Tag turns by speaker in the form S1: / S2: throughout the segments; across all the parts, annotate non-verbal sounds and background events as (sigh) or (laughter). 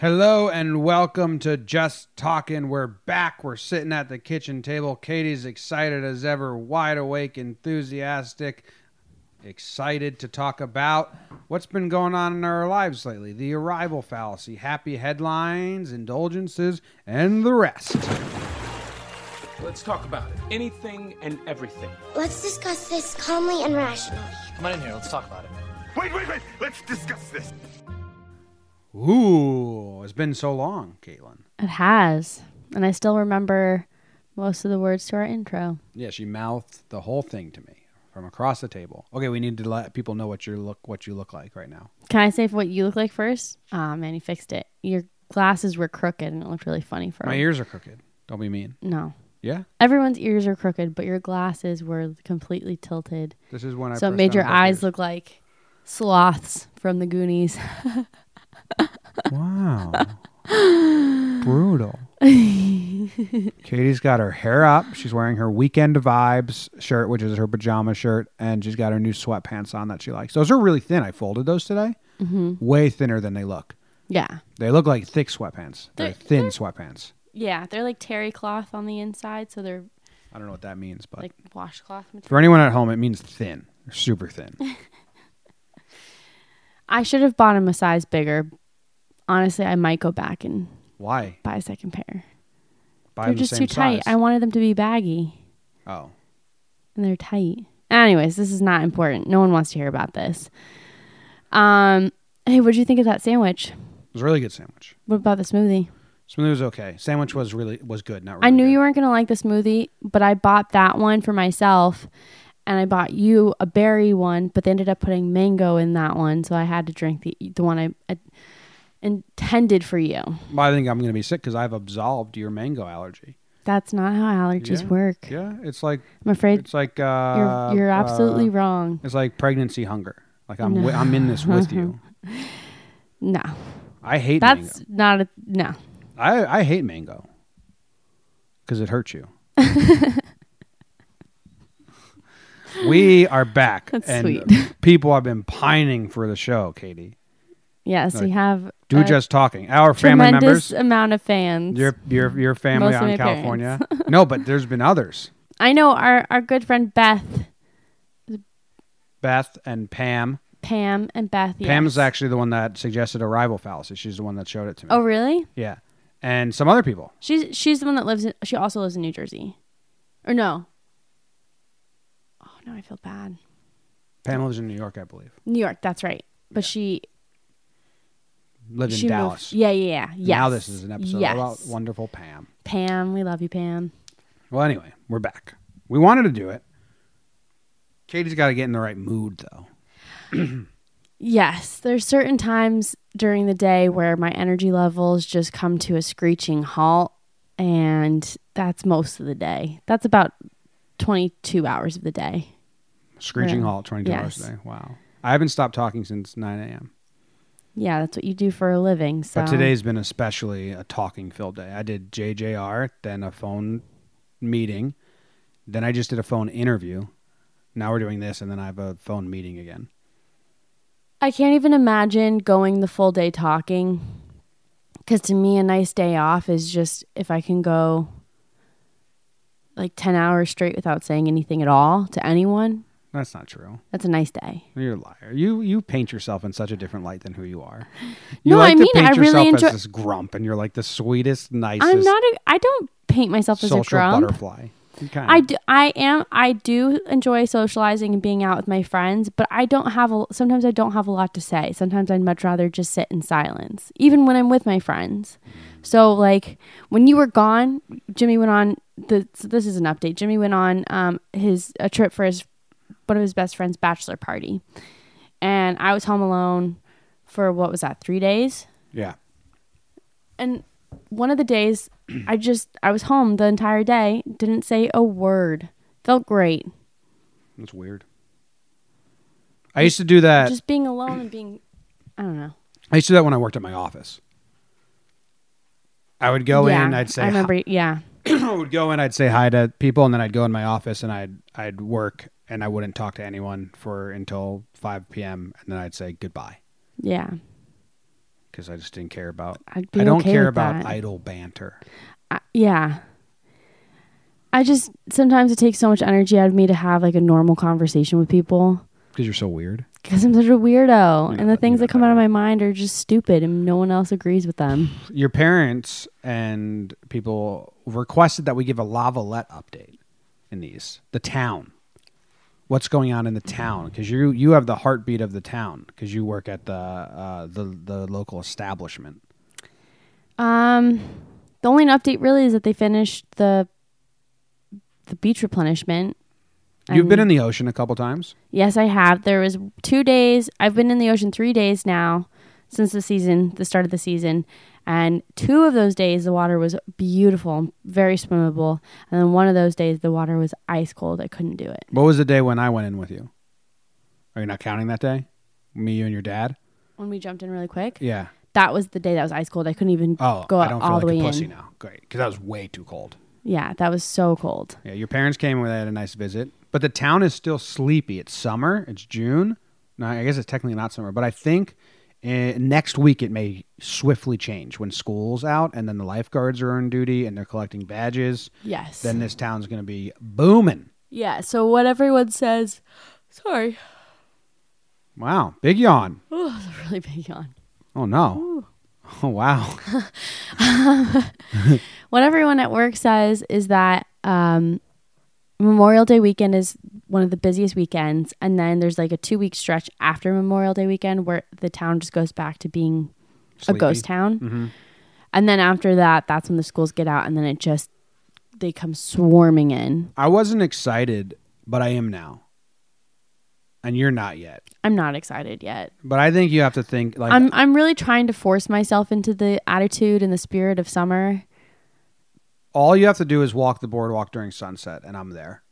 S1: Hello and welcome to Just Talking. We're back. We're sitting at the kitchen table. Katie's excited as ever, wide awake, enthusiastic, excited to talk about what's been going on in our lives lately the arrival fallacy, happy headlines, indulgences, and the rest.
S2: Let's talk about it. Anything and everything.
S3: Let's discuss this calmly and rationally.
S4: Come on in here. Let's talk about it.
S5: Wait, wait, wait. Let's discuss this.
S1: Ooh, it's been so long, Caitlin.
S6: It has. And I still remember most of the words to our intro.
S1: Yeah, she mouthed the whole thing to me from across the table. Okay, we need to let people know what you look what you look like right now.
S6: Can I say what you look like first? Ah, man, you fixed it. Your glasses were crooked and it looked really funny for
S1: My
S6: me.
S1: ears are crooked. Don't be mean.
S6: No.
S1: Yeah,
S6: Everyone's ears are crooked, but your glasses were completely tilted.
S1: this is when I.
S6: so it
S1: pressed
S6: made
S1: down
S6: your
S1: both
S6: eyes
S1: ears.
S6: look like sloths from the Goonies. (laughs)
S1: Wow.
S6: (laughs)
S1: Brutal. Katie's got her hair up. She's wearing her weekend vibes shirt, which is her pajama shirt, and she's got her new sweatpants on that she likes. Those are really thin. I folded those today.
S6: Mm-hmm.
S1: Way thinner than they look.
S6: yeah.
S1: They look like thick sweatpants. They're,
S6: They're-
S1: thin sweatpants.
S6: Yeah. They're like terry cloth on the inside, so they're
S1: I don't know what that means, but
S6: like washcloth material.
S1: for anyone at home, it means thin. They're super
S6: (laughs)
S1: thin.
S6: I should have bought them a size bigger. Honestly, I might go back and
S1: Why?
S6: buy a second pair.
S1: Buy
S6: they're
S1: them
S6: just
S1: the
S6: too
S1: same
S6: tight. I
S1: size.
S6: wanted them to be baggy,
S1: oh.
S6: and they're tight. Anyways, this is not important. No one wants to hear about this. Um, hey, what did you think of that sandwich?
S1: It was a really good sandwich.
S6: What about the smoothie?
S1: Smoothie was okay. Sandwich was really was good, not really
S6: I knew
S1: good.
S6: you weren't gonna like the smoothie, but I bought that one for myself, and I bought you a berry one. But they ended up putting mango in that one, so I had to drink the the one I, I intended for you.
S1: Well, I think I'm going to be sick because I've absolved your mango allergy.
S6: That's not how allergies
S1: Yeah.
S6: work.
S1: Yeah, it's like
S6: I'm afraid
S1: it's like uh,
S6: you're you're absolutely
S1: uh,
S6: wrong.
S1: It's like pregnancy hunger. Like I'm wi- I'm in this with
S6: (laughs)
S1: you.
S6: No,
S1: I hate
S6: that's
S1: mango.
S6: not a no.
S1: I I hate mango because it
S6: (laughs)
S1: hurts you. we are back,
S6: That's
S1: and
S6: sweet.
S1: people have been pining for the show. Katie,
S6: Yes,
S1: Like,
S6: we have
S1: do
S6: a
S1: just talking. Our family
S6: Uh,
S1: members,
S6: tremendous amount of fans.
S1: your your your family
S6: Mostly
S1: out in
S6: my
S1: California.
S6: parents.
S1: no, but there's been others.
S6: I know our our good friend Beth,
S1: Beth and Pam.
S6: Pam, and Beth. Yes.
S1: Pam's actually the one that suggested arrival fallacy. She's the one that showed it to me.
S6: Oh, really?
S1: Yeah. And some other people.
S6: She's she's the one that lives. in She also lives in New Jersey, or no? Oh no, I feel bad.
S1: Pam lives in New York, I believe.
S6: New York. That's right. But she
S1: Lived in
S6: she moved-
S1: Dallas.
S6: Yeah, yeah, yeah. Yes.
S1: Now this is an episode
S6: yes.
S1: about wonderful Pam.
S6: Pam. We love you, Pam.
S1: Well, anyway, we're back. We wanted to do it. Katie's got to get in the right mood, though.
S6: Yes, there's certain times during the day where my energy levels just come to a screeching halt, and that's most of the day. That's about 22 hours of the day.
S1: Screeching
S6: Really?
S1: halt, 22 hours
S6: Yes.
S1: a day. Wow. I haven't stopped talking since 9 a.m.
S6: Yeah, that's what you do for a living. So
S1: But today's been especially a talking filled day. I did JJR, then a phone meeting, then I just did a phone interview. Now we're doing this, and then I have a phone meeting again.
S6: I can't even imagine going the full day talking. Because to me, a nice day off is just if I can go like 10 hours straight without saying anything at all to anyone,
S1: That's not true.
S6: that's a nice day.
S1: You're a liar. You you paint yourself in such a different light than who you are.
S6: (laughs)
S1: You
S6: No,
S1: like
S6: I
S1: to
S6: mean,
S1: paint
S6: I really
S1: yourself
S6: enjoy-
S1: as this grump, and you're like the sweetest, nicest
S6: I'm not a, I don't paint myself as
S1: social
S6: a grump.
S1: butterfly. You kinda-
S6: I do, I am I do enjoy socializing and being out with my friends, but I don't have a sometimes I don't have a lot to say. Sometimes I'd much rather just sit in silence, even when I'm with my friends. So like when you were gone, Jimmy went on the so this is an update. Jimmy went on um his a trip for his one of his best friend's bachelor party. And I was home alone for what was that? 3 days?
S1: yeah.
S6: and one of the days i just i was home the entire day didn't say a word felt great
S1: That's weird. I used to do that.
S6: just being alone and being i don't know
S1: I used to do that when I worked at my office. I would go
S6: yeah,
S1: in. I'd say
S6: i remember yeah
S1: I (coughs) would go in, I'd say hi to people, and then I'd go in my office and I'd I'd work and I wouldn't talk to anyone for until 5 p.m. and then I'd say goodbye
S6: yeah
S1: because I just didn't care about.
S6: I'd be
S1: I don't
S6: okay
S1: care
S6: with
S1: about
S6: that.
S1: idle banter.
S6: I, yeah. I just sometimes it takes so much energy out of me to have like a normal conversation with people
S1: Because you're so weird.
S6: because I'm such a weirdo, and the
S1: that-
S6: things
S1: you
S6: that
S1: got
S6: come
S1: that
S6: out of
S1: right.
S6: my mind are just stupid, and no one else agrees with them.
S1: Your parents and people requested that we give a lavalette update in these. The town. What's going on in the town? Because you you have the heartbeat of the town because you work at the uh, the the local establishment.
S6: Um, the only update really is that they finished the the beach replenishment.
S1: You've been
S6: And-
S1: in the ocean a couple times.
S6: Yes, I have. There was two days. I've been in the ocean three days now since the season, the start of the season, and two of those days the water was beautiful, very swimmable, and then one of those days the water was ice cold. I couldn't do it.
S1: What was the day when I went in with you? Are you not counting that day? Me, you, and your dad.
S6: When we jumped in really quick,
S1: Yeah.
S6: that was the day that was ice cold. I couldn't even
S1: Oh,
S6: go
S1: I don't feel
S6: all
S1: like
S6: the way
S1: a pussy
S6: in.
S1: now. Great, because that was way too cold.
S6: Yeah, that was so cold.
S1: Yeah, your parents came and they had a nice visit, but the town is still sleepy. It's summer. It's June. No, I guess it's technically not summer, but I think uh, next week it may swiftly change when school's out and then the lifeguards are on duty and they're collecting badges.
S6: Yes.
S1: Then this town's going to be booming.
S6: yeah. So what everyone says. Sorry,
S1: Wow, big yawn.
S6: (laughs) really big yawn.
S1: Oh no. Oh wow.
S6: what everyone at work says is that um, Memorial Day weekend is one of the busiest weekends, and then there's like a two week stretch after Memorial Day weekend where the town just goes back to being
S1: Sleepy. Mm-hmm.
S6: a ghost town. And then after that, that's when the schools get out, and then it just they come swarming in.
S1: I wasn't excited, but I am now. And you're not yet.
S6: I'm not excited yet.
S1: But I think you have to think like
S6: I'm I'm really trying to force myself into the attitude and the spirit of summer.
S1: all you have to do is walk the boardwalk during sunset and I'm there.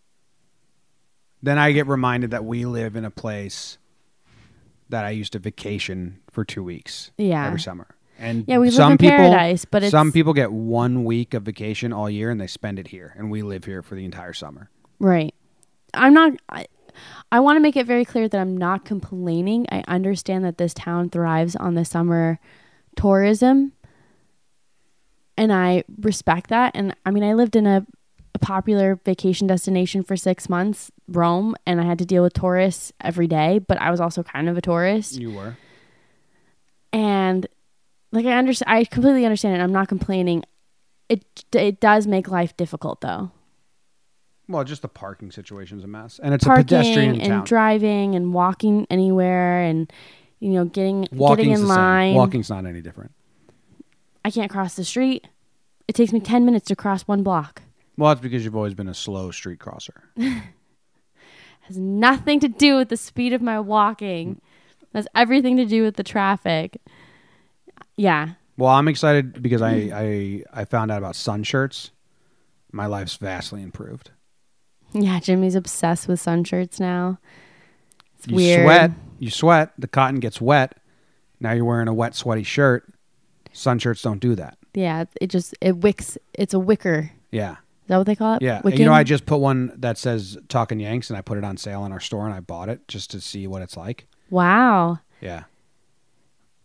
S1: Then I get reminded that we live in a place that I used to vacation for 2 weeks
S6: Yeah.
S1: every summer. And
S6: Yeah, we live
S1: some
S6: in
S1: people,
S6: paradise, but it's-
S1: some people get 1 week of vacation all year and they spend it here and we live here for the entire summer.
S6: Right. I'm not. I, I want to make it very clear that I'm not complaining. I understand that this town thrives on the summer tourism, and I respect that. And I mean, I lived in a, a popular vacation destination for six months, Rome, and I had to deal with tourists every day. But I was also kind of a tourist,
S1: You were.
S6: and like I understand, I completely understand it. I'm not complaining. It it does make life difficult though.
S1: Well, just the parking situation's a mess. And it's a
S6: parking
S1: pedestrian
S6: and
S1: town.
S6: driving and walking anywhere and you know getting
S1: Walking's
S6: getting in
S1: the same.
S6: line.
S1: Walking's not any different.
S6: I can't cross the street. It takes me 10 minutes to cross one block.
S1: Well, that's because you've always been a slow street crosser.
S6: has nothing to do with the speed of my walking. has everything to do with the traffic. Yeah.
S1: well, I'm excited because I, I I found out about sun shirts. My life's vastly improved.
S6: Yeah, Jimmy's obsessed with sun shirts now. It's
S1: You
S6: weird.
S1: sweat, you sweat, the cotton gets wet. Now you're wearing a wet, sweaty shirt. Sun shirts don't do that.
S6: Yeah, it- it just it wicks it's a wicker.
S1: Yeah.
S6: Is that what they call it?
S1: Yeah.
S6: Wicking?
S1: You know, I just put one that says Talking Yanks and I put it on sale in our store and I bought it just to see what it's like.
S6: Wow.
S1: Yeah.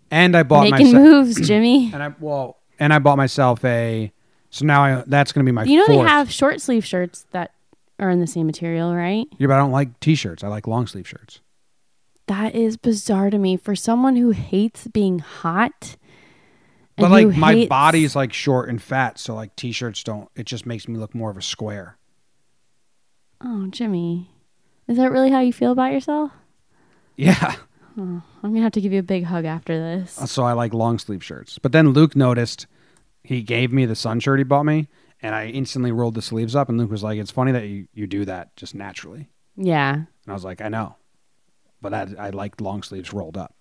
S1: And I bought
S6: Making
S1: myself
S6: moves, Jimmy.
S1: and I well and I bought myself a so now (clears throat) I, that's going to be my
S6: You know
S1: fourth.
S6: they have short sleeve shirts that are in the same material, right?
S1: Yeah, but I don't like t-shirts. I like long sleeve shirts.
S6: That is bizarre to me for someone who hates being hot.
S1: But
S6: and
S1: like
S6: who
S1: my
S6: hates-
S1: body's like short and fat, so like t-shirts don't. It just makes me look more of a square.
S6: Oh, Jimmy, is that really how you feel about yourself?
S1: Yeah.
S6: I'm gonna have to give you a big hug after this.
S1: Uh, So I like long sleeve shirts. But then Luke noticed he gave me the sun shirt he bought me, and I instantly rolled the sleeves up. And Luke was like, "It's funny that you, you do that just naturally."
S6: Yeah,
S1: And I was like, "I know," but that I like long sleeves rolled up.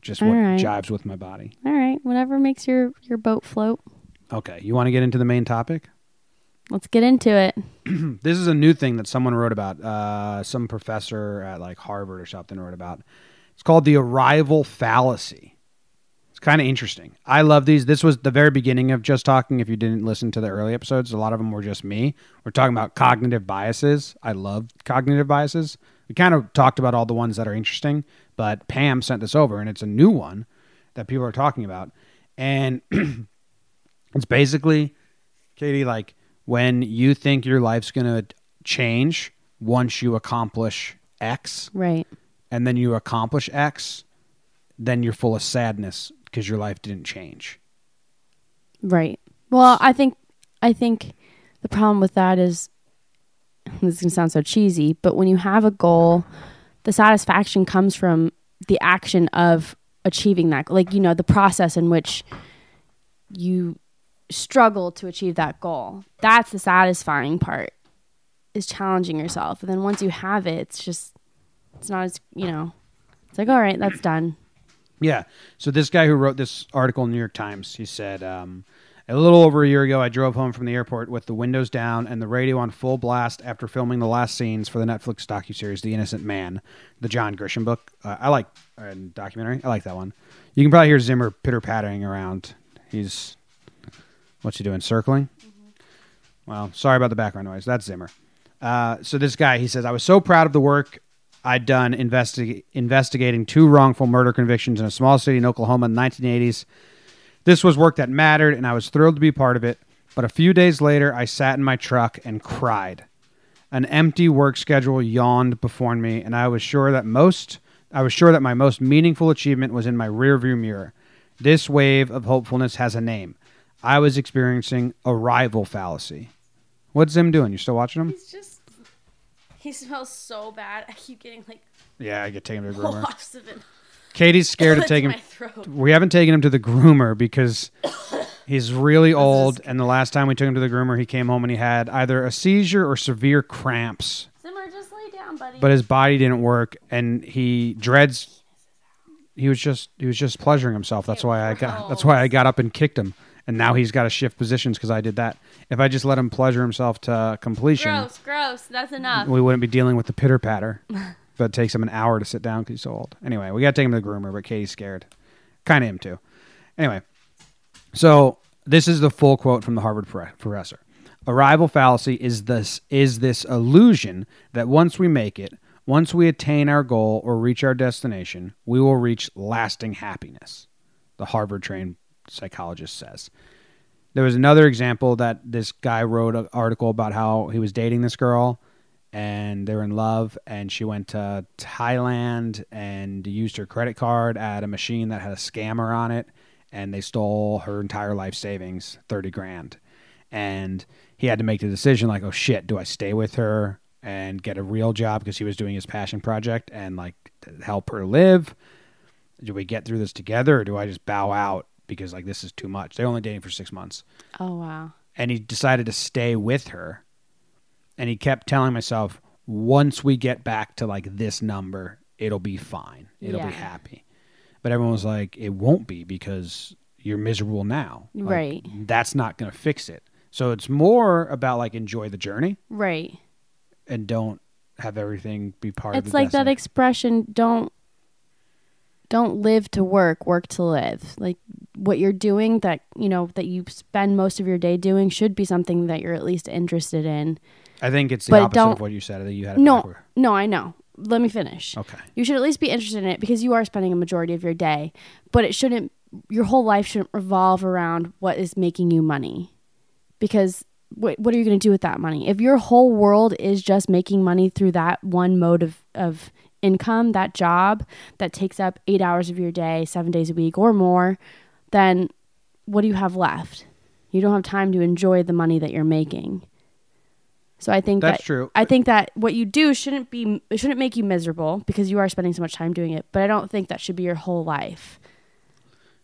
S1: Just
S6: All
S1: what
S6: right.
S1: jives with my body.
S6: all right. Whatever makes your your boat float.
S1: Okay, you want to get into the main topic? (clears throat)
S6: Let's get into it.
S1: This is a new thing that someone wrote about. Uh, some professor at like Harvard or something wrote about. It's called the arrival fallacy. It's kind of interesting. I love these. This was the very beginning of Just Talking. If you didn't listen to the early episodes, a lot of them were just me. We're talking about cognitive biases. I love cognitive biases. We kind of talked about all the ones that are interesting, but Pam sent this over and it's a new one. that people are talking about. And (clears throat) it's basically, Katie, like when you think your life's going to change once you accomplish X
S6: Right.
S1: and then you accomplish X, then you're full of sadness because your life didn't change.
S6: Right. Well, I think I think the problem with that is (laughs) this is gonna sound so cheesy, but when you have a goal, the satisfaction comes from the action of achieving that. Like you know, the process in which you struggle to achieve that goal. That's the satisfying part. Is challenging yourself, and then once you have it, it's just it's not as you know. It's like all right, that's done.
S1: Yeah. So this guy who wrote this article in the New York Times, he said, um, a little over a year ago, I drove home from the airport with the windows down and the radio on full blast after filming the last scenes for the Netflix docuseries "The Innocent Man," the John Grisham book. Uh, I like uh, documentary. I like that one. You can probably hear Zimmer pitter pattering around. He's what's he doing? Circling. Well, sorry about the background noise. That's Zimmer. Uh, so this guy, he says, I was so proud of the work I'd done investi- investigating two wrongful murder convictions in a small city in Oklahoma in the 1980s. This was work that mattered, and I was thrilled to be part of it. But a few days later, I sat in my truck and cried. An empty work schedule yawned before me, and I was sure that most I was sure that my most meaningful achievement was in my rearview mirror. This wave of hopefulness has a name. I was experiencing arrival fallacy. What's Zim doing? You still watching him?
S6: He's just he smells so bad. (laughs) I keep getting like
S1: Yeah, I get taken to the groomer.
S6: lots of it.
S1: Katie's scared of
S6: It's
S1: taking
S6: my
S1: him.
S6: throat.
S1: We haven't taken him to the groomer because he's really old. And the last time we took him to the groomer, he came home and he had either a seizure or severe cramps.
S6: Zimmer, just lay down, buddy.
S1: But his body didn't work, and he dreads. He was just he was just pleasuring himself. That's why I got that's why I got up and kicked him. And now he's got to shift positions because I did that. If I just let him pleasure himself to completion,
S6: gross, gross. That's enough.
S1: we wouldn't be dealing with the pitter patter. but it takes him an hour to sit down because he's so old. Anyway, we got to take him to the groomer, but Katie's scared. Kind of him too. Anyway, so this is the full quote from the Harvard pro- professor. Arrival fallacy is this is this illusion that once we make it, once we attain our goal or reach our destination, we will reach lasting happiness. The Harvard trained psychologist says. There was another example that this guy wrote an article about how he was dating this girl and they were in love and she went to Thailand and used her credit card at a machine that had a scammer on it and they stole her entire life savings, 30 grand. And he had to make the decision like, "Oh shit, do I stay with her and get a real job because he was doing his passion project and like help her live?" do we get through this together or do I just bow out because like this is too much? They're only dating for six months.
S6: oh wow.
S1: And he decided to stay with her. And he kept telling myself, once we get back to like this number, it'll be fine. It'll
S6: Yeah.
S1: be happy. But everyone was like, it won't be because you're miserable now. Like,
S6: Right.
S1: That's not going to fix it. So it's more about like enjoy the journey
S6: Right.
S1: and don't have everything be part of
S6: It's
S1: the
S6: like that
S1: destiny.
S6: expression don't don't live to work, work to live. Like what you're doing that, you know, that you spend most of your day doing should be something that you're at least interested in.
S1: I think it's the
S6: but
S1: opposite of
S6: don't-
S1: what you said. I think you had it
S6: No.
S1: backward.
S6: No, I know. Let me finish.
S1: Okay.
S6: You should at least be interested in it because you are spending a majority of your day, but it shouldn't your whole life shouldn't revolve around what is making you money. Because what what are you going to do with that money? If your whole world is just making money through that one mode of of income, that job that takes up 8 hours of your day, 7 days a week or more, then what do you have left? You don't have time to enjoy the money that you're making. So I think
S1: That's
S6: that-
S1: true.
S6: I think that what you do shouldn't be it shouldn't make you miserable because you are spending so much time doing it. But I don't think that should be your whole life.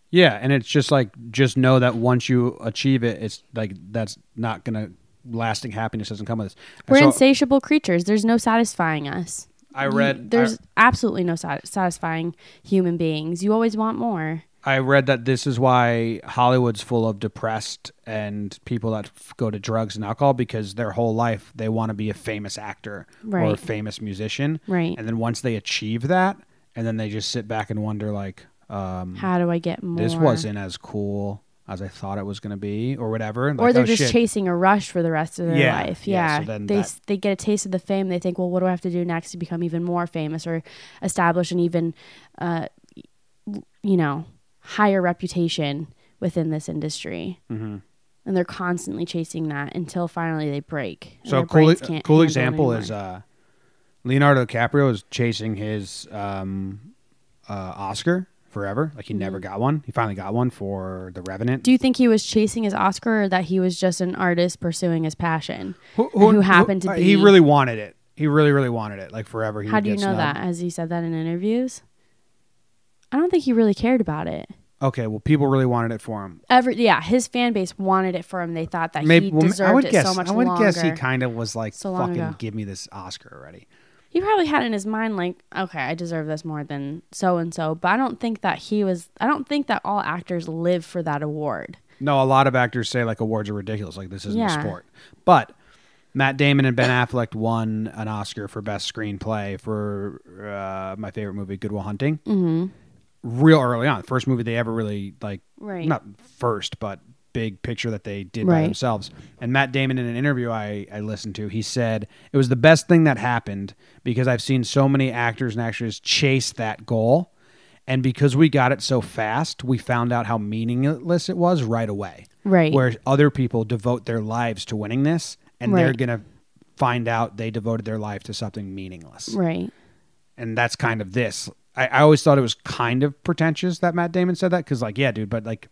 S1: Yeah, and it's just like just know that once you achieve it, it's like that's not gonna lasting happiness doesn't come with this.
S6: We're
S1: So
S6: insatiable creatures. There's no satisfying us.
S1: I
S6: You-
S1: read I,
S6: there's absolutely no sat- satisfying human beings. You always want more.
S1: I read that this is why Hollywood's full of depressed and people that f- go to drugs and alcohol because their whole life they want to be a famous actor or a
S6: Right.
S1: famous musician,
S6: Right.
S1: And then once they achieve that, and then they just sit back and wonder like, um,
S6: How do I get more?
S1: this wasn't as cool as I thought it was gonna be, or whatever.
S6: Or
S1: Like,
S6: they're
S1: oh,
S6: just
S1: shit.
S6: chasing a rush for the rest of their
S1: Yeah,
S6: life.
S1: yeah,
S6: Yeah.
S1: so then
S6: they
S1: that-
S6: s they get a taste of the fame. They think, well, what do I have to do next to become even more famous or establish an even, uh, you know, higher reputation within this industry.
S1: Mm-hmm.
S6: And they're constantly chasing that until finally they break. and
S1: So
S6: their
S1: a cool,
S6: brains
S1: a
S6: can't
S1: cool
S6: handle it
S1: example is
S6: anymore.
S1: uh, Leonardo DiCaprio is chasing his um, uh, Oscar forever. Like he never got one. He finally got one for The Revenant.
S6: Mm-hmm. Do you think he was chasing his Oscar or that he was just an artist pursuing his passion?
S1: who,
S6: who happened to
S1: uh, He
S6: be-
S1: really wanted it. He really, really wanted it. Like forever. He
S6: How
S1: would
S6: do you
S1: get
S6: know
S1: snubbed.
S6: that? Has he said that in interviews? I don't think he really cared about it.
S1: Okay, well, people really wanted it for him.
S6: Every yeah, his fan base wanted it for him. They thought that he
S1: well,
S6: deserved
S1: I would
S6: it
S1: guess.
S6: so much
S1: I would
S6: longer.
S1: guess he kind of was like,
S6: So long
S1: "Fucking
S6: ago.
S1: give me this Oscar already."
S6: he probably had in his mind like, okay, I deserve this more than so and so. But I don't think that he was. I don't think that all actors live for that award.
S1: No, a lot of actors say like awards are ridiculous. Like this isn't
S6: Yeah.
S1: a sport. But Matt Damon and Ben Affleck won an Oscar for best screenplay for uh, my favorite movie, Goodwill Hunting. Mm-hmm. Real early on, first movie they ever really like,
S6: Right.
S1: not first, but big picture that they did by
S6: Right.
S1: themselves. And Matt Damon, in an interview I, I listened to, he said it was the best thing that happened because I've seen so many actors and actresses chase that goal. And because we got it so fast, we found out how meaningless it was right away. (laughs)
S6: Right.
S1: Where other people devote their lives to winning this, and they're
S6: Right.
S1: going to find out they devoted their life to something meaningless.
S6: Right.
S1: And that's kind of this. I, I always thought it was kind of pretentious that Matt Damon said that because, like, yeah, dude, but like,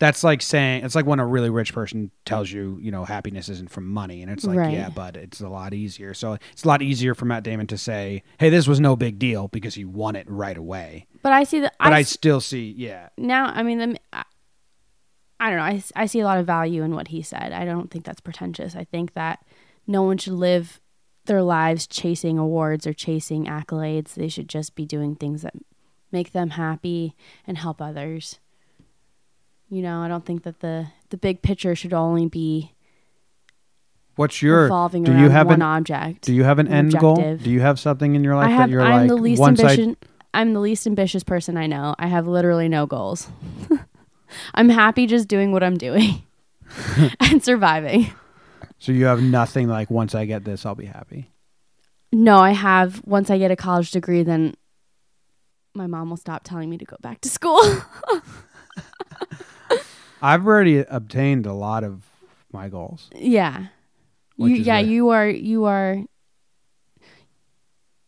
S1: that's like saying it's like when a really rich person tells you, you know, happiness isn't from money, and it's like,
S6: Right.
S1: yeah, but it's a lot easier. So it's a lot easier for Matt Damon to say, "Hey, this was no big deal" because he won it right away.
S6: But I see that.
S1: But I,
S6: I, s-
S1: still see, yeah,
S6: now. I mean, the, I, I don't know. I, s- I see a lot of value in what he said. I don't think that's pretentious. I think that no one should live their lives chasing awards or chasing accolades. They should just be doing things that make them happy and help others. You know, I don't think that the the big picture should only be
S1: What's your?
S6: revolving
S1: do
S6: around
S1: you have
S6: one
S1: an
S6: object.
S1: Do you have an,
S6: an
S1: end goal?
S6: objective.
S1: Do you have something in your life
S6: I have.
S1: that you're
S6: I'm
S1: like
S6: the least
S1: once
S6: ambitious. I'm the least ambitious person I know. I have literally no goals. (laughs) I'm happy just doing what
S1: (laughs)
S6: I'm doing and surviving.
S1: I so you have nothing like once I get this I'll be happy.
S6: No, I have. Once I get a college degree, then my mom will stop telling me to go back to school. (laughs)
S1: I've already obtained a lot of my goals.
S6: yeah,
S1: Which
S6: you.
S1: is
S6: Yeah,
S1: a-
S6: you are. You are.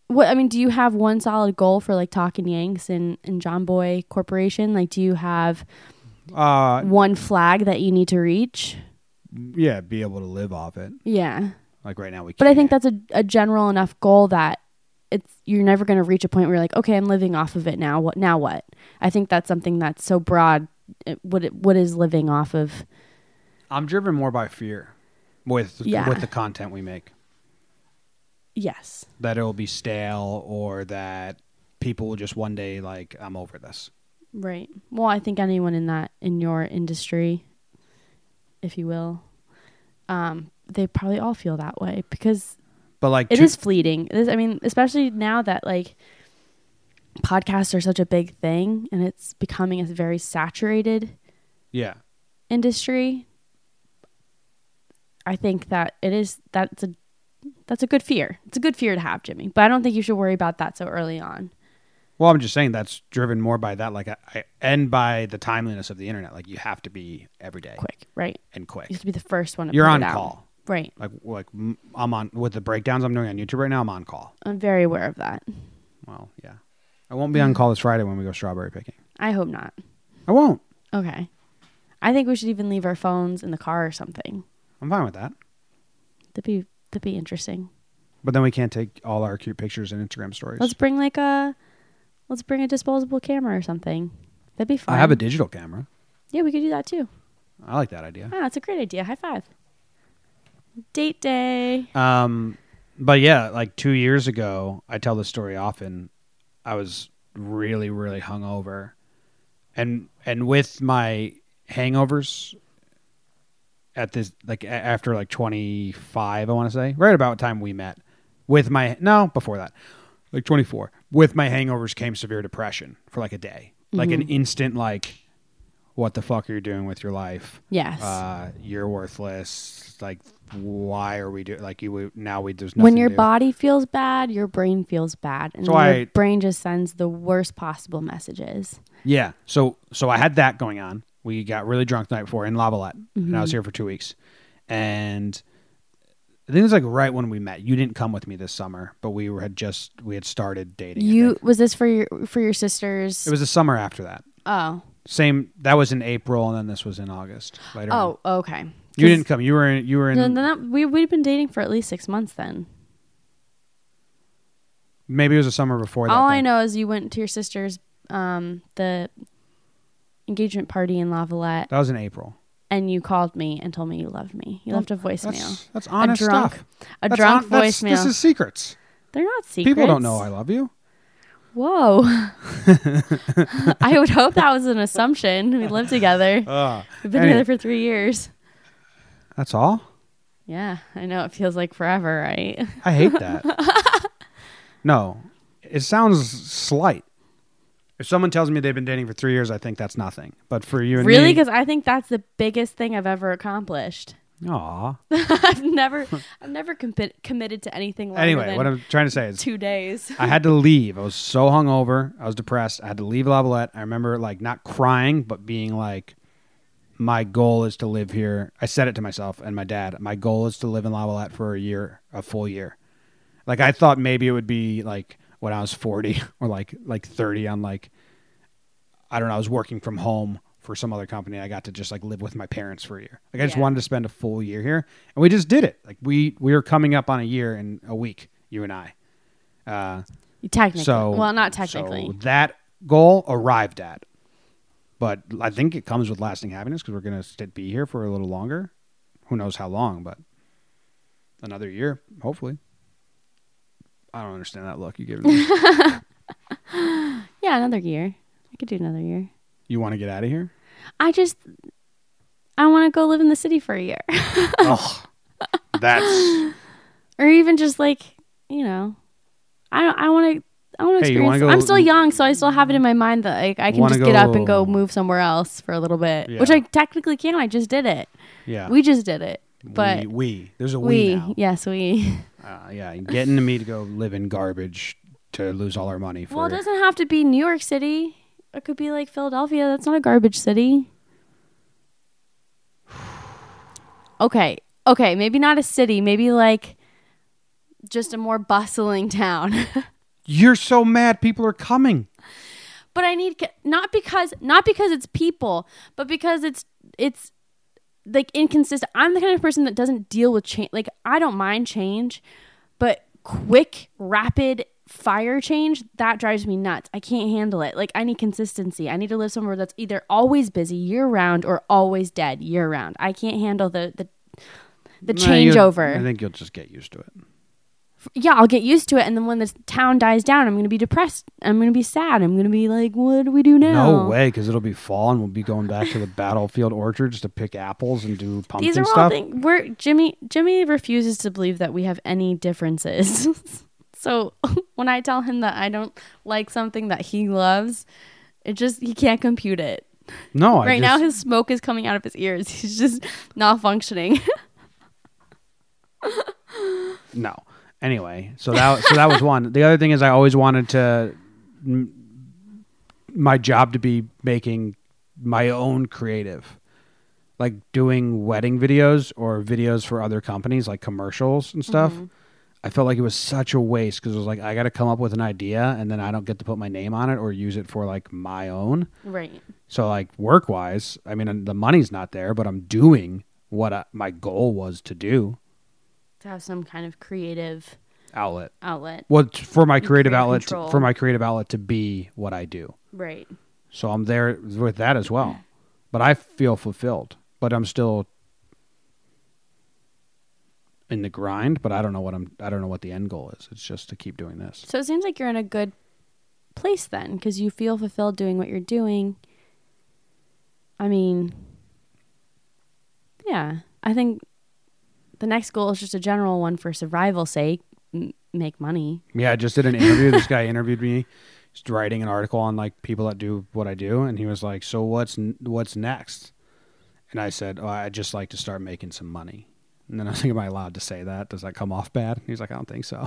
S6: What I mean, do you have one solid goal for like Talking Yanks and and John Boy Corporation? Like, do you have
S1: Uh,
S6: one flag that you need to reach?
S1: yeah, be able to live off it.
S6: Yeah.
S1: Like right now we. Can't.
S6: But I think that's a, a general enough goal that it's you're never going to reach a point where you're like, okay, I'm living off of it now. What now? What? I think that's something that's so broad. It- What it- what is living off of?
S1: I'm driven more by fear, with
S6: Yeah.
S1: with the content we make
S6: Yes.
S1: that it will be stale or that people will just one day like I'm over this.
S6: Right. Well, I think anyone in that in your industry, if you will, um, they probably all feel that way because
S1: But like
S6: It is
S1: two-
S6: fleeting. It is, I mean, especially now that like podcasts are such a big thing and it's becoming a very saturated
S1: yeah.
S6: industry. I think that it is that's a that's a good fear. It's a good fear to have, Jimmy. But I don't think you should worry about that so early on.
S1: Well, I'm just saying that's driven more by that, like, I, I, and by the timeliness of the internet. Like, you have to be every day
S6: Quick, right?
S1: and quick.
S6: You have to be the first one. To
S1: You're
S6: put
S1: on
S6: it out.
S1: call.
S6: right?
S1: Like, like m- I'm on with the breakdowns I'm doing on YouTube right now. I'm on call.
S6: I'm very aware of that.
S1: Well, yeah, I won't
S6: Mm-hmm.
S1: be on call this Friday when we go strawberry picking.
S6: I hope not.
S1: I won't.
S6: Okay, I think we should even leave our phones in the car or something.
S1: I'm fine with that.
S6: That'd be that'd be interesting.
S1: But then we can't take all our cute pictures and Instagram stories.
S6: Let's bring like a let's bring a disposable camera or something. That'd be fun.
S1: I have a digital camera.
S6: yeah, we could do that too.
S1: I like that idea.
S6: Ah, that's a great idea. High five. Date day.
S1: Um, but yeah, like two years ago, I tell this story often. I was really, really hungover, and and with my hangovers at this like a- after like twenty five, I want to say right about the time we met. With my no before that, like twenty four. With my hangovers came severe depression for like a day, like an instant like what the fuck are you doing with your life?
S6: Yes.
S1: Uh, you're worthless. Like, why are we doing? Like, you would- now we there's nothing.
S6: when your
S1: to do.
S6: body feels bad, your brain feels bad, and
S1: So
S6: your
S1: I-
S6: brain just sends the worst possible messages.
S1: Yeah. So so I had that going on. We got really drunk the night before in Lavalette, and
S6: Mm-hmm.
S1: I was here for two weeks. And I think it was like right when we met. You didn't come with me this summer, but we were had just we had started dating. I
S6: You
S1: think.
S6: was this for your for your sisters?
S1: It was the summer after that.
S6: oh
S1: Same. That was in April, and then this was in August. Later. on.
S6: oh okay.
S1: You didn't come. You were in. You were in.
S6: No, no, no, we we'd been dating for at least six months then.
S1: Maybe it was the summer before. that
S6: All I
S1: then.
S6: know is you went to your sister's um, the engagement party in Lavalette,
S1: That was in April.
S6: and you called me and told me you loved me. You left a voicemail,
S1: That's, that's honest
S6: a drunk,
S1: stuff.
S6: a
S1: That's
S6: drunk
S1: hon- that's-
S6: voicemail.
S1: This is secrets.
S6: They're not secrets.
S1: People don't know I love you. (laughs)
S6: Whoa. I would hope that was an assumption. We live together. We've been
S1: Uh, anyway.
S6: together for three years.
S1: That's all.
S6: Yeah, I know. It feels like forever, right?
S1: I hate that. no, it sounds slight. If someone tells me they've been dating for three years, I think that's nothing. But for you and
S6: Really?
S1: me,
S6: Because I think that's the biggest thing I've ever accomplished. (laughs)
S1: aw.
S6: I've never, I've never compi- committed to anything longer
S1: Anyway,
S6: than
S1: what I'm trying to say is,
S6: two days.
S1: I had to leave. I was so hungover. I was depressed. I had to leave Lavalette. I remember like not crying, but being like, my goal is to live here. I said it to myself and my dad. My goal is to live in Lavalette for a year, a full year. Like I thought maybe it would be like when I was 40 or like like 30 on like I don't know, I was working from home for some other company. I got to just like live with my parents for a year. Like I just
S6: Yeah.
S1: wanted to spend a full year here. And we just did it. Like we we were coming up on a year in a week, you and I. Uh
S6: Technically.
S1: so
S6: well, not
S1: so
S6: technically.
S1: that goal arrived at, but I think it comes with lasting happiness because we're gonna st- be here for a little longer. Who knows how long, but another year, hopefully. I don't understand that look you gave
S6: (laughs)
S1: me.
S6: yeah, another year. I could do another year.
S1: you want to get out of
S6: (laughs)
S1: here?
S6: I just, I want to go live in the city for a year.
S1: Ugh, that's
S6: or even just like you know, I don't. I want to. I want to
S1: Hey, you wanna
S6: experience.
S1: go-
S6: I'm still young, so I still have it in my mind that like I can
S1: Wanna
S6: just get up and
S1: go-
S6: go move somewhere else for a little bit,
S1: Yeah.
S6: which I technically can. I just did it.
S1: yeah.
S6: We just did it, but
S1: we,
S6: we,
S1: we. there's a we, now. (laughs)
S6: yes, we.
S1: Uh, yeah, and getting me to go live in garbage to lose all our money for
S6: well, it doesn't have to be New York City. It could be like Philadelphia. That's not a garbage city. (sighs) Okay, okay, maybe not a city. Maybe like just a more bustling (laughs) town.
S1: You're so mad people are coming.
S6: but I need ca- not because not because it's people, but because it's it's like inconsistent. I'm the kind of person that doesn't deal with change. Like I don't mind change, but quick, rapid fire change that drives me nuts. I can't handle it. Like I need consistency. I need to live somewhere that's either always busy year round or always dead year round. I can't handle the the the
S1: Nah, you-
S6: changeover
S1: I think you'll just get used to it.
S6: yeah, I'll get used to it. And then when this town dies down, I'm going to be depressed. I'm going to be sad. I'm going to be like, what do we do now?
S1: No way, because it'll be fall and we'll be going back to
S6: (laughs)
S1: the battlefield orchards to pick apples and do pumpkin
S6: These are all
S1: stuff.
S6: things we're Jimmy. Jimmy refuses to believe that we have any differences. (laughs) so when I tell him that I don't like something that he loves, it just he can't compute it.
S1: no, I
S6: right now,
S1: just-
S6: his smoke is coming out of his ears. (laughs) He's just not functioning. (laughs)
S1: no. Anyway, so that so that was one. The other thing is, I always wanted to m- my job to be making my own creative, like doing wedding videos or videos for other companies, like commercials and stuff.
S6: Mm-hmm.
S1: I felt like it was such a waste because it was like I got to come up with an idea and then I don't get to put my name on it or use it for like my own.
S6: right.
S1: So like work wise, I mean the money's not there, but I'm doing what I, my goal was to do.
S6: To have some kind of creative
S1: Outlet.
S6: outlet.
S1: Well, t- for my creative
S6: creative
S1: outlet, to,
S6: control.
S1: for my creative outlet to be what I do.
S6: Right.
S1: So I'm there with that as well. But I feel fulfilled. But I'm still in the grind. But I don't know what I'm. I don't know what the end goal is. It's just to keep doing this.
S6: So it seems like you're in a good place then because you feel fulfilled doing what you're doing. I mean, yeah, I think the next goal is just a general one for survival's sake m- make money.
S1: Yeah, I just did an interview. this guy interviewed me. was writing an article on like people that do what I do, and he was like, "So what's n- what's next?" And I said, oh, "I'd just like to start making some money." And then I was like, "Am I allowed to say that? Does that come off bad?" He's like, "I don't think so.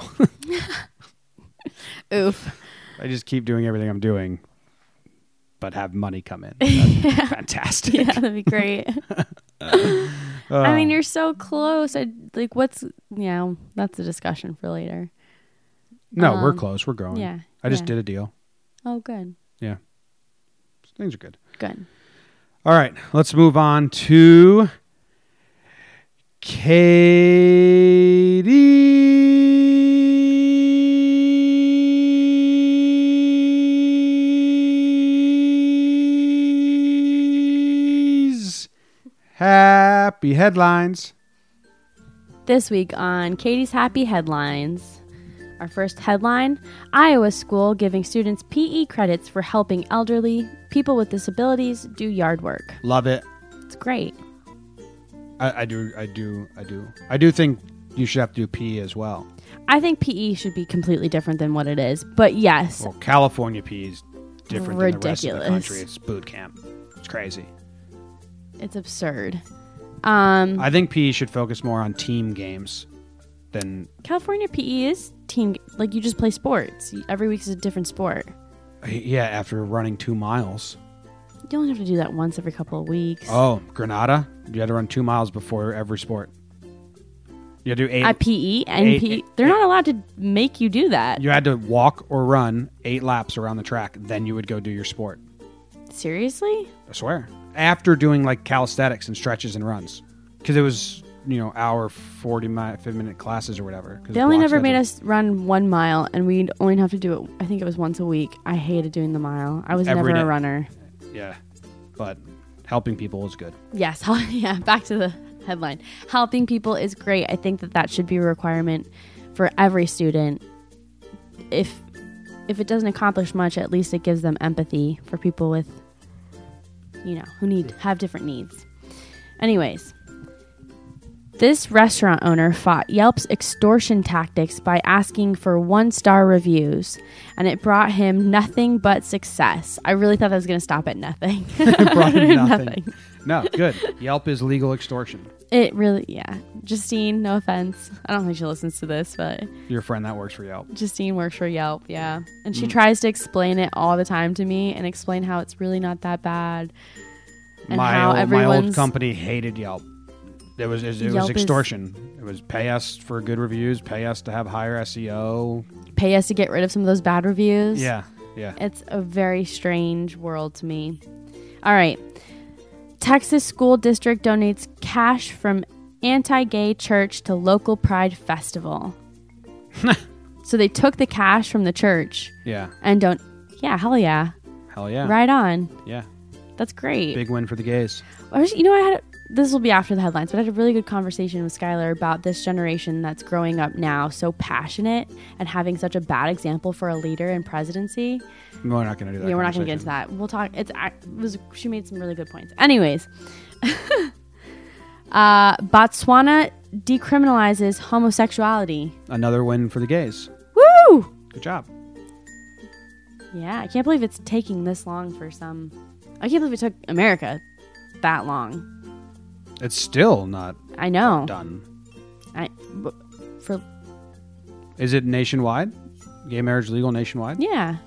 S1: (laughs)
S6: Oof.
S1: I just keep doing everything I'm doing, but have money come
S6: (laughs)
S1: in. That's Fantastic."
S6: (laughs) Yeah, that'd
S1: (laughs)
S6: be great. I
S1: Oh.
S6: mean, you're so close. I like what's yeah. That's a discussion for later.
S1: No, we're
S6: Um,
S1: close. We're growing.
S6: yeah,
S1: Oh, I just
S6: yeah.
S1: did a deal.
S6: Oh, good,
S1: Yeah. Things are good.
S6: good.
S1: All right. Let's move on to Katie's happy headlines.
S6: This week on Katie's Happy Headlines. Our first headline Iowa school giving students PE credits for helping elderly, people with disabilities do yard work.
S1: Love it.
S6: It's great.
S1: I, I do. I do. I do. I do think you should have to do PE as well.
S6: I think PE should be completely different than what it is, but yes,
S1: Well, California pea is different than the rest of the
S6: Ridiculous.
S1: country. It's boot camp. It's crazy.
S6: it's absurd. Um,
S1: I think PE should focus more on team games than
S6: California PE is team like you just play sports. Every week is a different sport.
S1: yeah. After running two miles,
S6: You only have to do that once every couple of weeks.
S1: oh Granada, you had to run two miles before every sport. You had to do eight.
S6: At PE and
S1: Eight-
S6: PE,
S1: eight-
S6: E, they're not allowed to make you do that.
S1: E. you had to walk or run eight laps around the track, then you would go do your sport.
S6: Seriously?
S1: I swear. After doing like calisthenics and stretches and runs, because it was you know hour forty mi- five minute classes or whatever. 'cause
S6: They only
S1: blocks
S6: never
S1: had
S6: made
S1: to-
S6: us run one mile, and we'd only have to do it. I think it was once a week. I hated doing the mile. I was
S1: Every
S6: never
S1: day.
S6: a runner.
S1: Yeah, but helping people is
S6: (laughs)
S1: good. (laughs)
S6: Yes. hel- Yeah. Back to the headline. Helping people is great. I think that that should be a requirement for every student. If if it doesn't accomplish much, at least it gives them empathy for people with, you know, who need have different needs. Anyways, this restaurant owner fought Yelp's extortion tactics by asking for one star reviews, and it brought him nothing but success. I really thought that was going to stop at nothing. (laughs)
S1: brought him nothing.
S6: Nothing.
S1: No, good. Yelp is legal extortion.
S6: It really, yeah. Justine, no offense. I don't think she listens to this, but
S1: Your friend that works for Yelp.
S6: Justine works for Yelp, yeah. And
S1: Mm.
S6: she tries to explain it all the time to me and explain how it's really not that bad. And
S1: my
S6: how
S1: old, my old
S6: everyone's-
S1: company hated Yelp. It was it, was
S6: Yelp is-
S1: extortion. It was pay us for good reviews, pay us to have higher E SEO.
S6: Pay us to get rid of some of those bad reviews.
S1: Yeah, yeah.
S6: It's a very strange world to me. All right. Texas school district donates cash from anti-gay church to local pride
S1: (laughs)
S6: festival. so they took the cash from the church
S1: Yeah.
S6: and don't Yeah, hell yeah.
S1: Hell yeah.
S6: Right on.
S1: Yeah.
S6: That's great.
S1: Big win for the gays.
S6: I was- you know, I had this will be after the headlines, but I had a really good conversation with Skylar about this generation that's growing up now, so passionate and having such a bad example for a leader in presidency.
S1: We're not going to do that.
S6: yeah, we're not going to get into that. We'll talk. It's I was she made some really good points. Anyways, (laughs) uh, Botswana decriminalizes homosexuality.
S1: Another win for the gays.
S6: Woo!
S1: Good job.
S6: Yeah, I can't believe it's taking this long for some. I can't believe it took America that long.
S1: It's still not
S6: I know.
S1: done.
S6: I, but for
S1: Is it nationwide? Gay marriage legal nationwide?
S6: yeah.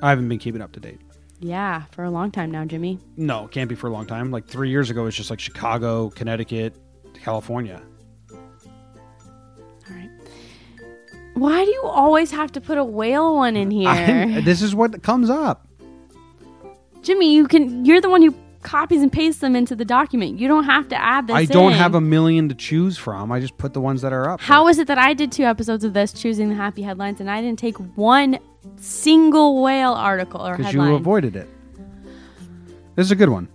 S1: I haven't been keeping up to date.
S6: Yeah, for a long time now, Jimmy.
S1: No, it can't be for a long time. Like three years ago, it was just like Chicago, Connecticut, California.
S6: All right. Why do you always have to put a whale one in here?
S1: (laughs) I- this is what comes up.
S6: Jimmy, you can you're the one who copies and pastes them into the document. You don't have to add this
S1: I don't
S6: in.
S1: have a million to choose from. I just put the ones that are up.
S6: How is it that I did two episodes of this choosing the happy headlines and I didn't take one single whale article or
S1: Because
S6: headline?
S1: you avoided it. This is a good one.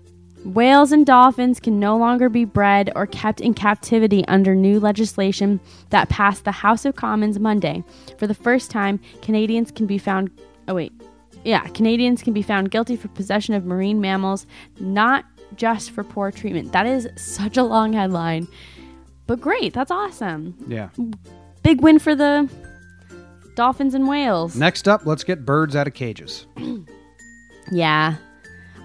S6: Whales and dolphins can no longer be bred or kept in captivity under new legislation that passed the House of Commons Monday. For the first time, Canadians can be found. Oh, wait. Yeah, Canadians can be found guilty for possession of marine mammals, not just for poor treatment. That is such a long headline. But great, that's awesome.
S1: Yeah.
S6: Big win for the dolphins and whales.
S1: Next up, let's get birds out of cages.
S6: Yeah.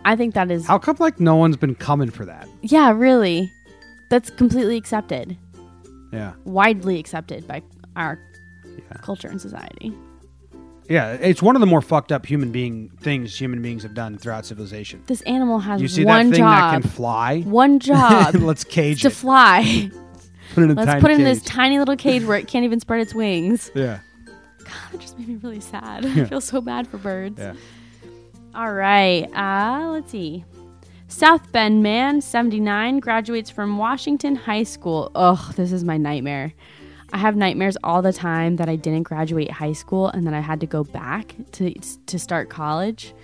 S6: I think that is.
S1: How come like no one's been coming for that?
S6: Yeah, really. That's completely accepted,
S1: Yeah.
S6: widely accepted by our culture and society.
S1: Yeah, it's one of the more fucked up human being things human beings have done throughout civilization.
S6: This animal has
S1: You see
S6: one
S1: that thing
S6: job.
S1: that can fly? (laughs)
S6: one job
S1: let's cage
S6: to
S1: it. (laughs)
S6: fly.
S1: Put it in a
S6: Let's
S1: tiny
S6: put it in this
S1: cage.
S6: tiny little cage where it can't even
S1: (laughs)
S6: spread its wings. (laughs)
S1: yeah.
S6: That just made me really sad. (laughs) I feel so bad for birds.
S1: Yeah.
S6: All right. Uh, let's see. South Bend man, 79, graduates from Washington High School. Ugh, this is my nightmare. I have nightmares all the time that I didn't graduate high school and then I had to go back to, to start college.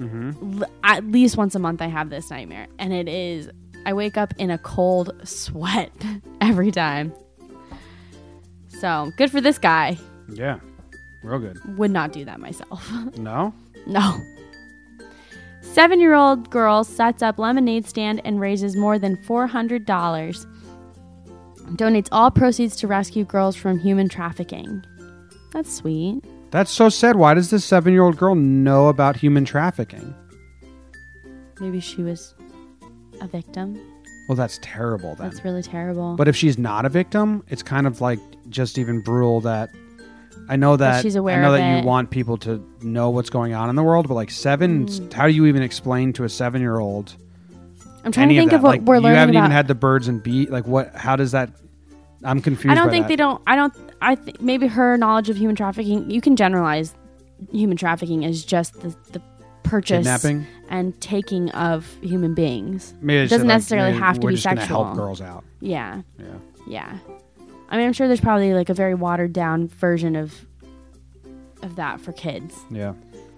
S6: L- at least once a month, I have this nightmare. And it is, I wake up in a cold sweat (laughs) every time. So good for this guy.
S1: Yeah. Real good.
S6: Would not do that myself. (laughs)
S1: No?
S6: No. Seven year old girl sets up lemonade stand and raises more than $400. Donates all proceeds to rescue girls from human trafficking. That's sweet.
S1: That's so sad. Why does this seven year old girl know about human trafficking?
S6: Maybe she was a victim.
S1: Well, that's terrible then.
S6: That's really terrible.
S1: But if she's not a victim, it's kind of like just even brutal that I know that,
S6: she's aware
S1: I know
S6: of
S1: that
S6: it.
S1: you want people to know what's going on in the world, but like seven,
S6: Mm.
S1: how do you even explain to a seven year old
S6: I'm trying
S1: any
S6: to
S1: of
S6: think
S1: that?
S6: of what
S1: like,
S6: we're
S1: you
S6: learning
S1: haven't
S6: about.
S1: even had the birds and bee. Like what? How does that? I'm confused.
S6: I don't
S1: by
S6: think
S1: that.
S6: they don't. I don't. I think maybe her knowledge of human trafficking. You can generalize human trafficking as just the, the purchase
S1: Kidnapping?
S6: and taking of human beings.
S1: Maybe
S6: it
S1: it's just
S6: doesn't
S1: like,
S6: necessarily
S1: maybe
S6: have to
S1: we're
S6: be
S1: just gonna
S6: sexual.
S1: Help girls out.
S6: Yeah,
S1: Yeah.
S6: yeah. I mean, I'm sure there's probably like a very watered down version of of that for kids.
S1: Yeah.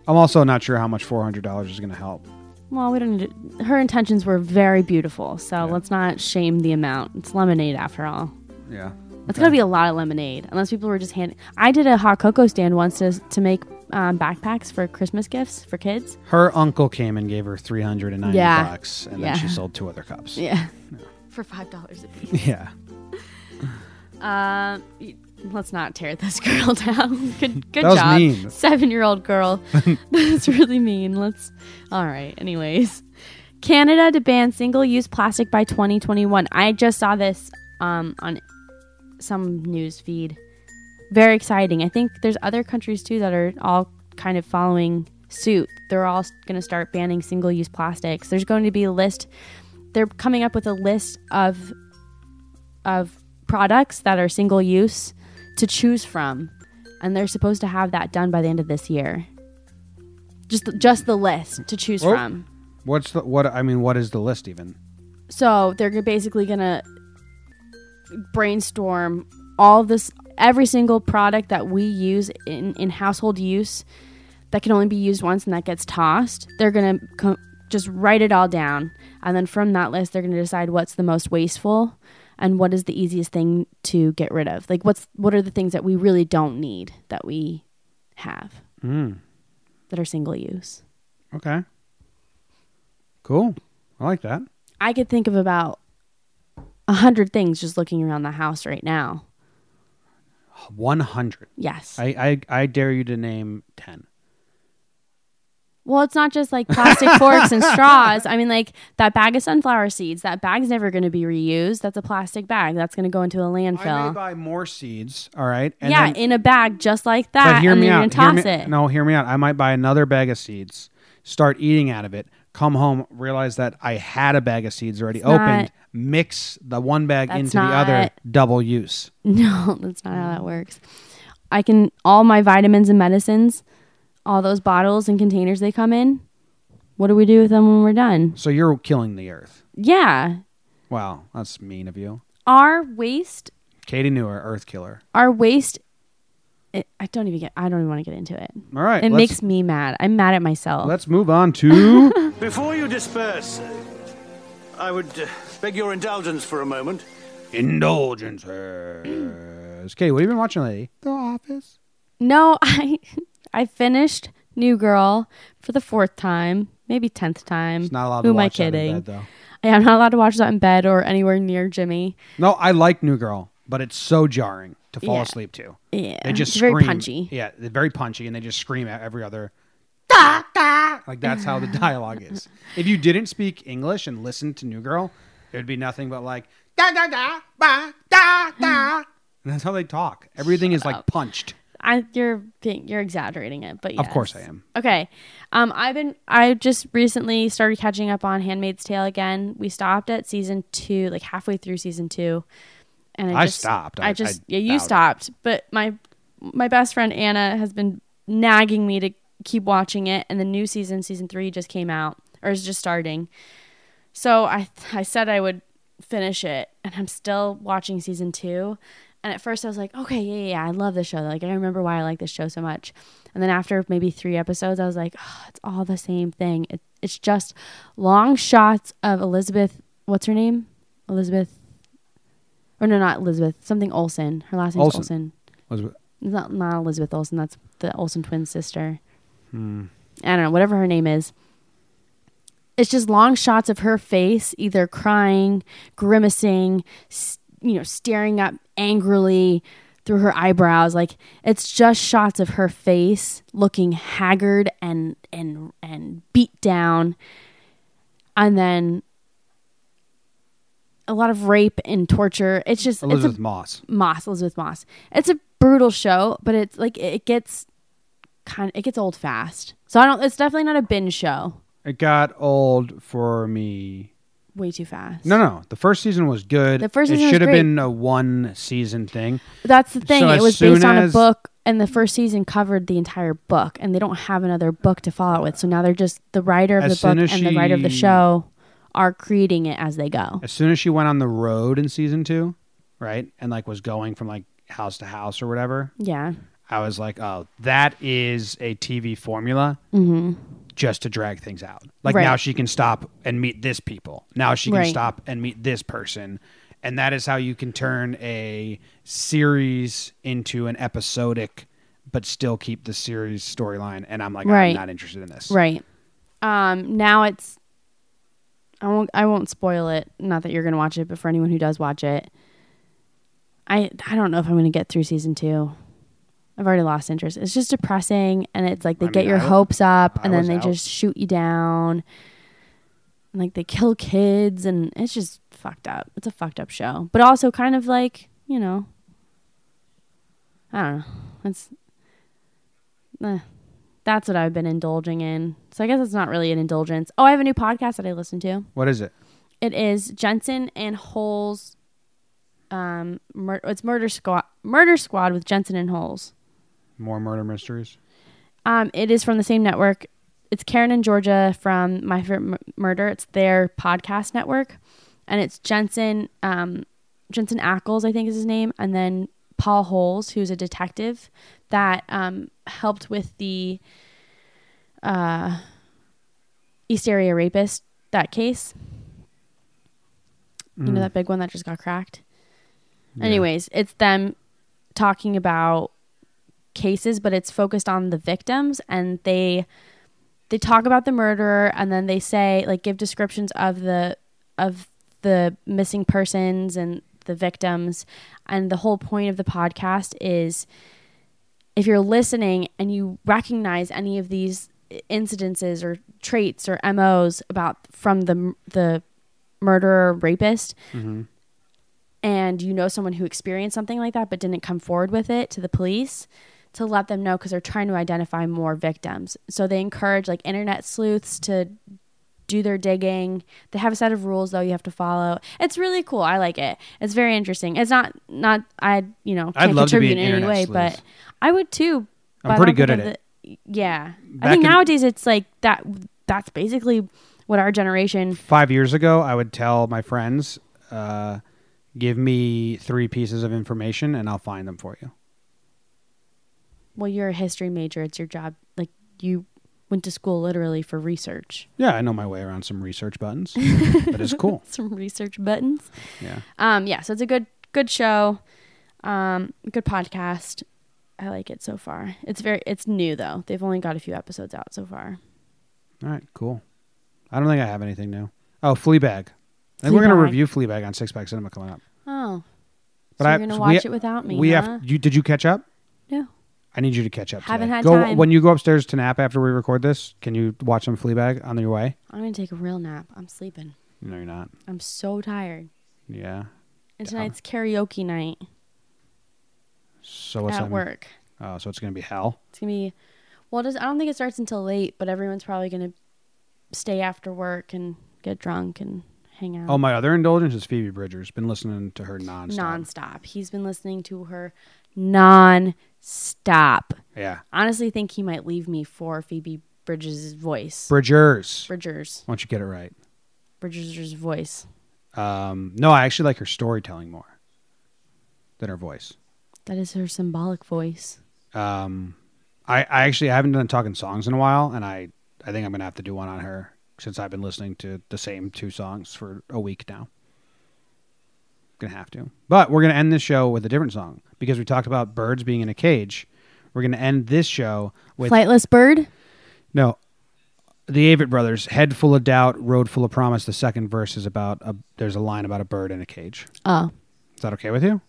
S1: I'm also not sure how much four hundred dollars is going to help.
S6: Well, we don't. Need to, her intentions were very beautiful, so let's not shame the amount. It's lemonade after all.
S1: Yeah.
S6: That's gotta be a lot of lemonade, unless people were just handing. I did a hot cocoa stand once to to make um, backpacks for Christmas gifts for kids.
S1: Her uncle came and gave her three hundred and ninety
S6: Yeah.
S1: bucks, and
S6: Yeah.
S1: then she sold two other cups.
S6: Yeah, (laughs) for five dollars a
S1: (laughs)
S6: piece.
S1: yeah.
S6: Um, y- let's not tear this (laughs) girl down. Good, good
S1: That was
S6: job,
S1: mean.
S6: seven-year-old girl.
S1: (laughs)
S6: That's really mean. Let's. All right. Anyways, Canada to ban single-use plastic by 2021. I just saw this um, on some news feed. Very exciting. I think there's other countries too that are all kind of following suit. They're all going to start banning single-use plastics. There's going to be a list. They're coming up with a list of of products that are single use to choose from and they're supposed to have that done by the end of this year just just the list to choose
S1: Well-
S6: from
S1: What's the what? I mean, what is the list even?
S6: so they're g- basically gonna brainstorm all this every single product that we use in, in household use that can only be used once and that gets tossed they're gonna co- just write it all down and then from that list they're gonna decide what's the most wasteful and what is the easiest thing to get rid of like what's what are the things that we really don't need that we have that are single use
S1: Okay. Cool. I like that.
S6: I could think of about a hundred things just looking around the house right now.
S1: One hundred.
S6: Yes.
S1: I, I I dare you to name ten.
S6: well, it's not just like plastic forks
S1: (laughs)
S6: and straws. I mean, like that bag of sunflower seeds. That bag's never going to be reused. That's a plastic bag. That's going to go into a
S1: I may
S6: landfill.
S1: buy more seeds. All right. And
S6: yeah,
S1: then-
S6: in a bag just like that,
S1: but hear
S6: and
S1: me
S6: then
S1: out.
S6: you're gonna
S1: hear
S6: toss
S1: me,
S6: it.
S1: No, hear me out. I might buy another bag of seeds. Start eating out of it. Come home, realize that I had a bag of seeds already
S6: not-
S1: opened. mix the one bag
S6: That's
S1: into the other.
S6: not-
S1: Double use.
S6: (laughs) No, that's not how that works. I can all my vitamins and medicines, all those bottles and containers they come in. What do we do with them when we're done?
S1: So you're killing the earth.
S6: Yeah,
S1: Wow, that's mean of you.
S6: our waste
S1: Katie Newer, Earth Killer.
S6: our waste it, i don't even get i don't even want to get into it
S1: All right.
S6: it
S1: let's-
S6: makes me mad i'm mad at myself
S1: Let's move on to
S4: Before you disperse, uh, I would uh, beg your indulgence for a moment.
S1: indulgences. Katie, what have you been watching lately? The Office.
S6: no (laughs) i i finished new girl for the fourth time maybe 10th time
S1: It's not allowed
S6: who
S1: to
S6: am i
S1: watch that in
S6: kidding
S1: bed, though.
S6: Yeah, i'm not allowed to watch that in bed or anywhere near jimmy
S1: No, I like New Girl, but it's so jarring to fall
S6: Yeah.
S1: asleep to.
S6: Yeah.
S1: They just
S6: It's very
S1: scream.
S6: punchy.
S1: Yeah, they're very punchy, and they just scream at every other. Like that's how the (laughs) dialogue is. If you didn't speak English and listen to New Girl, it would be nothing but like da da da ba da da.
S6: Hmm.
S1: And that's how they talk. Everything is like punched.
S6: I, you're being, you're exaggerating it, but
S1: Of
S6: yes.
S1: course I am.
S6: Okay, um, I've been I just recently started catching up on Handmaid's Tale again. We stopped at season two, like halfway through season two, and I,
S1: I
S6: just,
S1: stopped.
S6: I,
S1: I-
S6: just
S1: I
S6: yeah,
S1: bowed
S6: you
S1: out.
S6: stopped, but my my best friend Anna has been nagging me to keep watching it, and the new season, season three, just came out or is just starting. So I I said I would finish it, and I'm still watching season two. And at first I was like, okay, yeah, yeah, yeah, I love this show. Like I remember why I like this show so much. And then after maybe three episodes, I was like, oh, it's all the same thing. It, it's just long shots of Elizabeth. What's her name? Elizabeth. Or no, not Elizabeth. Something Olsen. Her last name's
S1: Olsen.
S6: Olsen.
S1: Was
S6: It's Not not Elizabeth Olsen. That's the Olsen twin sister. I don't know, whatever her name is. It's just long shots of her face, either crying, grimacing, s- you know, staring up angrily through her eyebrows. Like it's just shots of her face looking haggard and and and beat down, and then a lot of rape and torture. It's just
S1: Elizabeth
S6: it's a,
S1: Moss?
S6: Moss, Elizabeth Moss. It's a brutal show, but it's like it gets kind it gets old fast. So I don't. It's definitely not a binge show.
S1: It got old for me.
S6: Way too fast.
S1: No, no. The first season was good.
S6: The first
S1: it
S6: season was
S1: should have
S6: great.
S1: been a one season thing.
S6: that's the thing.
S1: So
S6: it
S1: as
S6: was based
S1: soon
S6: on a
S1: as-
S6: book, and the first season covered the entire book, and they don't have another book to follow it with. So now they're just the writer of
S1: As
S6: the book
S1: soon
S6: and
S1: as
S6: the writer of the
S1: she-
S6: show are creating it as they go.
S1: as soon as she went on the road in season two, right, and like was going from like house to house or whatever,
S6: Yeah,
S1: I was like, oh, that is a TV formula just to drag things out. Like
S6: Mm-hmm. Right.
S1: now she can stop and meet this people. Now she can
S6: Right.
S1: stop and meet this person. And that is how you can turn a series into an episodic, but still keep the series storyline. And I'm like, I'm
S6: Right.
S1: not interested in this.
S6: right. Um, now it's. I won't. I won't spoil it. Not that you're gonna watch it, but for anyone who does watch it, I I don't know if I'm gonna get through season two. I've already lost interest. It's just depressing, and it's like they
S1: I
S6: get
S1: mean,
S6: your
S1: I-
S6: hopes up, and
S1: I
S6: then
S1: was
S6: they
S1: out.
S6: just shoot you down. And, like they kill kids, and it's just fucked up. It's a fucked up show, but also kind of like you know. I don't know. That's eh, that's what I've been indulging in. So I guess it's not really an indulgence. Oh, I have a new podcast that I listen to.
S1: What is it?
S6: It is Jensen and Holes. Um, mur- it's Murder Squad. Murder Squad with Jensen and Holes.
S1: More murder mysteries?
S6: Um, it is from the same network. It's Karen and Georgia from My Favorite Mur- Murder. It's their podcast network, and it's Jensen, um, Jensen Ackles, I think is his name, and then Paul Holes, who's a detective that um, helped with the uh, East Area Rapist that case. You know that big one that just got cracked. Anyways, it's them talking about cases, but it's focused on the victims and they they talk about the murderer and then they say like give descriptions of the of the missing persons and the victims and the whole point of the podcast is if you're listening and you recognize any of these incidences or traits or MOs about from the the murderer rapist
S1: Mm-hmm.
S6: and you know someone who experienced something like that but didn't come forward with it to the police to let them know because they're trying to identify more victims so they encourage like internet sleuths to do their digging they have a set of rules though you have to follow it's really cool i like it it's very interesting it's not not i you know can't
S1: love to be
S6: contribute
S1: an
S6: in any
S1: internet
S6: way
S1: sleuth.
S6: but i would too
S1: I'm
S6: but I
S1: pretty
S6: don't
S1: good
S6: think
S1: at
S6: of the- yeah i
S1: Back
S6: think
S1: in-
S6: nowadays it's like that that's basically what our generation
S1: five years ago, I would tell my friends, uh, give me three pieces of information and I'll find them for you.
S6: well you're a history major it's your job like you went to school literally for research (laughs)
S1: Yeah, I know my way around some research buttons, but it's cool.
S6: some research buttons
S1: Yeah.
S6: um yeah so it's a good good show um good podcast i like it so far it's very it's new though they've only got a few episodes out so far
S1: All right, cool. I don't think I have anything new. Oh, Fleabag. I think we're going to
S6: Fleabag.
S1: review Fleabag on Six Pack Cinema coming up.
S6: oh So you're gonna watch it without me,
S1: We
S6: huh?
S1: have. You, did you catch up?
S6: No.
S1: I need you to catch up.
S6: Haven't
S1: today.
S6: had
S1: go,
S6: time.
S1: When you go upstairs to nap after we record this, can you watch some Fleabag on your way?
S6: I'm going to take a real nap. I'm sleeping.
S1: No, you're not.
S6: I'm so tired.
S1: Yeah.
S6: And
S1: Um,
S6: tonight's karaoke night
S1: So what's
S6: at
S1: that mean?
S6: work.
S1: Oh, so it's gonna be hell.
S6: It's going to be, well, it does, I don't think it starts until late, but everyone's probably going to stay after work and get drunk and hang out.
S1: Oh, my other indulgence is Phoebe Bridgers. Been listening to her nonstop.
S6: nonstop. He's been listening to her nonstop.
S1: Yeah,
S6: Honestly, think he might leave me for Phoebe Bridges' voice.
S1: Bridgers.
S6: Bridgers,
S1: Once you get it right.
S6: Bridgers' voice.
S1: Um, no, I actually like her storytelling more than her voice.
S6: That is her symbolic voice.
S1: Um, I, I actually I haven't done talking songs in a while, and I I think I'm gonna have to do one on her since I've been listening to the same two songs for a week now. Gonna have to, but we're gonna end this show with a different song because we talked about birds being in a cage. We're gonna end this show with
S6: Flightless bird.
S1: No. The Avett brothers, head full of doubt, road full of promise. The second verse is about a there's a line about a bird in a cage.
S6: Oh,
S1: Is that okay with you?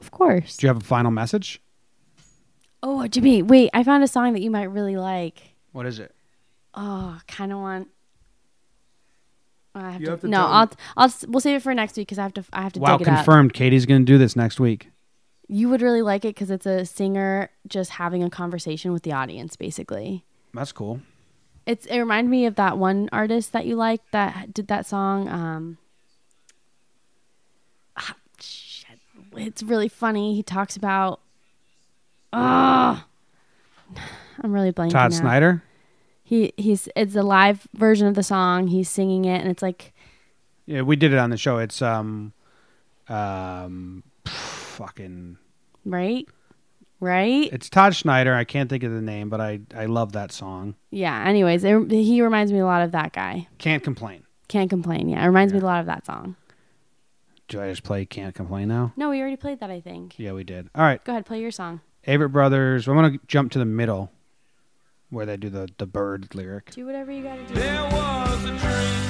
S6: of course.
S1: Do you have a final message?
S6: Oh, Jimmy, wait! I found a song that you might really like.
S1: What is it?
S6: Oh, kind of want. I have
S2: You
S6: to,
S2: have to
S6: no,
S2: tell
S6: I'll,
S2: me.
S6: I'll, we'll save it for next week because I have to, I have to
S1: Wow,
S6: dig it up.
S1: confirmed. Katie's going to do this next week.
S6: You would really like it because it's a singer just having a conversation with the audience, basically.
S1: That's cool.
S6: It's it reminded me of that one artist that you like that did that song. Um, ah, shit. it's really funny. He talks about. Ah, I'm really blanking.
S1: Todd
S6: now.
S1: Snyder.
S6: He he's it's a live version of the song. He's singing it, and it's like
S1: Yeah, we did it on the show. It's um um fucking
S6: right, right.
S1: It's Todd Schneider. I can't think of the name, but I I love that song.
S6: yeah. Anyways, it, he reminds me a lot of that guy.
S1: Can't complain.
S6: Can't complain. Yeah, it reminds me a lot of that song.
S1: Do I just play Can't Complain now?
S6: No, we already played that. I think.
S1: Yeah, we did. All right.
S6: Go ahead, play your song.
S1: Avett Brothers. I'm gonna jump to the middle where they do the the bird lyric.
S6: Do whatever you gotta do.
S2: There was a dream,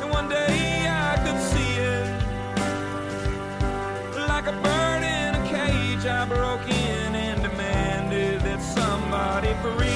S2: and one day I could see it. Like a bird in a cage, I broke in and demanded that somebody free